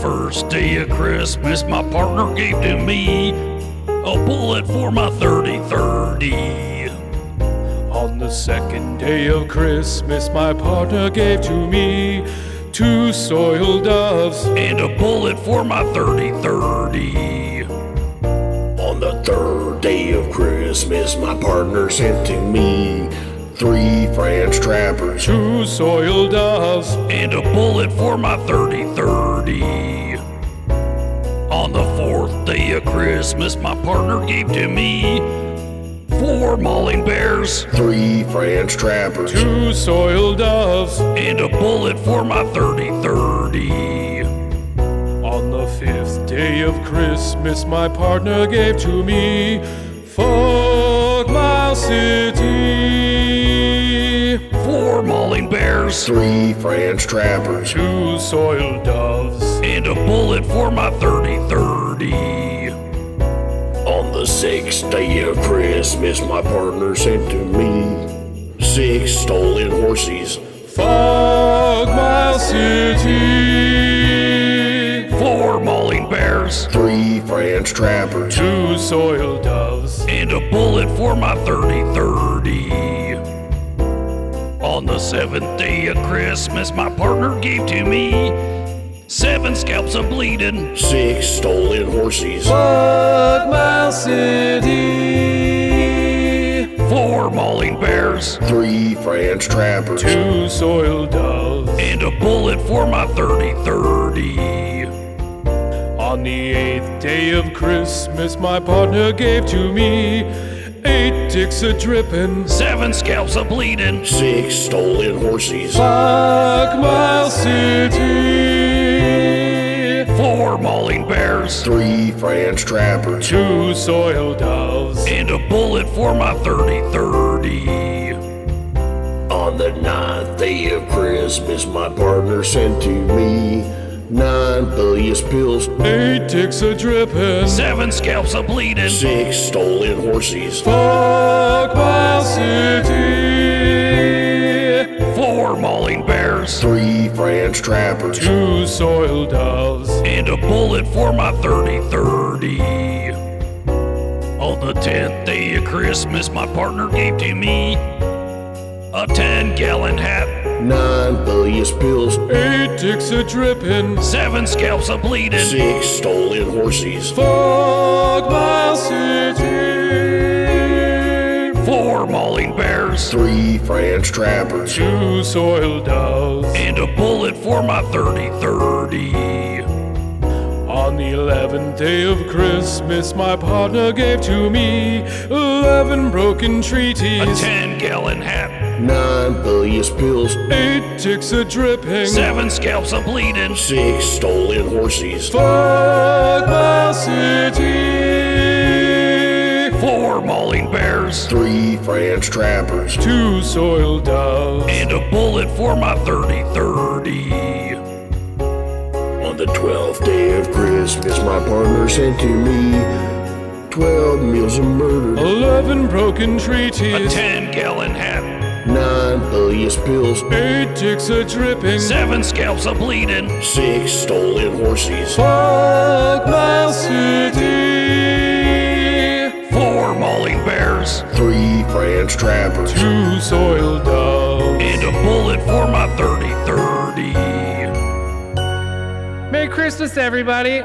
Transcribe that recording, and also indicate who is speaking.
Speaker 1: first day of Christmas, my partner gave to me a bullet for my 3030.
Speaker 2: On the second day of Christmas, my partner gave to me two soiled doves.
Speaker 1: And a bullet for my 3030.
Speaker 3: On the third day of Christmas, my partner sent to me three French trappers.
Speaker 2: Two soiled doves.
Speaker 1: And a bullet for my 3030. On the fourth day of Christmas, my partner gave to me four mauling bears
Speaker 3: Three French trappers.
Speaker 2: Two soiled doves.
Speaker 1: and a bullet for my 3030.
Speaker 2: On the fifth day of Christmas, my partner gave to me Fort Miles City.
Speaker 1: Four mauling bears
Speaker 3: Three French trappers.
Speaker 2: Two soiled doves.
Speaker 1: and a bullet for my 3030.
Speaker 3: On the sixth day of Christmas, my partner sent to me six stolen horses.
Speaker 2: Fort Miles City.
Speaker 1: Four mauling bears
Speaker 3: Three French trappers.
Speaker 2: Two soiled doves.
Speaker 1: and a bullet for my 3030. On the seventh day of Christmas, my partner gave to me seven scalps of bleeding.
Speaker 3: Six stolen horses.
Speaker 2: Fort Miles City.
Speaker 1: Four mauling bears
Speaker 3: Three French trappers.
Speaker 2: Two soiled doves.
Speaker 1: and a bullet for my 3030.
Speaker 2: On the eighth day of Christmas, my partner gave to me eight dicks a drippin'.
Speaker 1: Seven scalps of bleeding
Speaker 3: Six stolen horses.
Speaker 2: Fuck my city.
Speaker 1: four mauling bears
Speaker 3: Three French trappers.
Speaker 2: Two soiled doves.
Speaker 1: and a bullet for my 3030.
Speaker 3: On the ninth day of Christmas, my partner sent to me nine bilious pills.
Speaker 2: Eight dicks a drippin'.
Speaker 1: Seven scalps of bleeding
Speaker 3: Six stolen horses.
Speaker 2: Fuck my city.
Speaker 1: four mauling bears
Speaker 3: Three French trappers.
Speaker 2: Two soiled doves.
Speaker 1: and a bullet for my 3030. On the 10th day of Christmas, my partner gave to me a 10 gallon hat,
Speaker 3: Nine bilious pills.
Speaker 2: Eight dicks a drippin'.
Speaker 1: seven scalps of bleeding,
Speaker 3: Six stolen horses.
Speaker 2: Fuck my city.
Speaker 1: four mauling bears,
Speaker 3: Three French trappers.
Speaker 2: Two soiled doves.
Speaker 1: and a bullet for my 3030.
Speaker 2: On the eleventh day of Christmas, my partner gave to me eleven broken
Speaker 1: A
Speaker 2: treaties,
Speaker 1: 10 gallon hat,
Speaker 3: Nine bilious pills.
Speaker 2: eight ticks a dripping.
Speaker 1: seven scalps of bleeding,
Speaker 3: Six stolen horses.
Speaker 2: Fuck my city.
Speaker 1: four mauling bears,
Speaker 3: Three French trappers.
Speaker 2: Two soiled doves.
Speaker 1: and a bullet for my 3030.
Speaker 3: On the twelfth day of Christmas, my partner sent to me twelve meals of murder.
Speaker 2: Eleven broken
Speaker 1: A
Speaker 2: treaties,
Speaker 1: 10 gallon hat,
Speaker 3: Nine bilious pills.
Speaker 2: eight ticks a dripping.
Speaker 1: seven scalps of bleeding,
Speaker 3: Six stolen horses.
Speaker 2: Fuck my city.
Speaker 1: Four mauling bears
Speaker 3: Three French trappers.
Speaker 2: Two soiled doves.
Speaker 1: and a bullet for my 3030.
Speaker 4: Merry Christmas, everybody.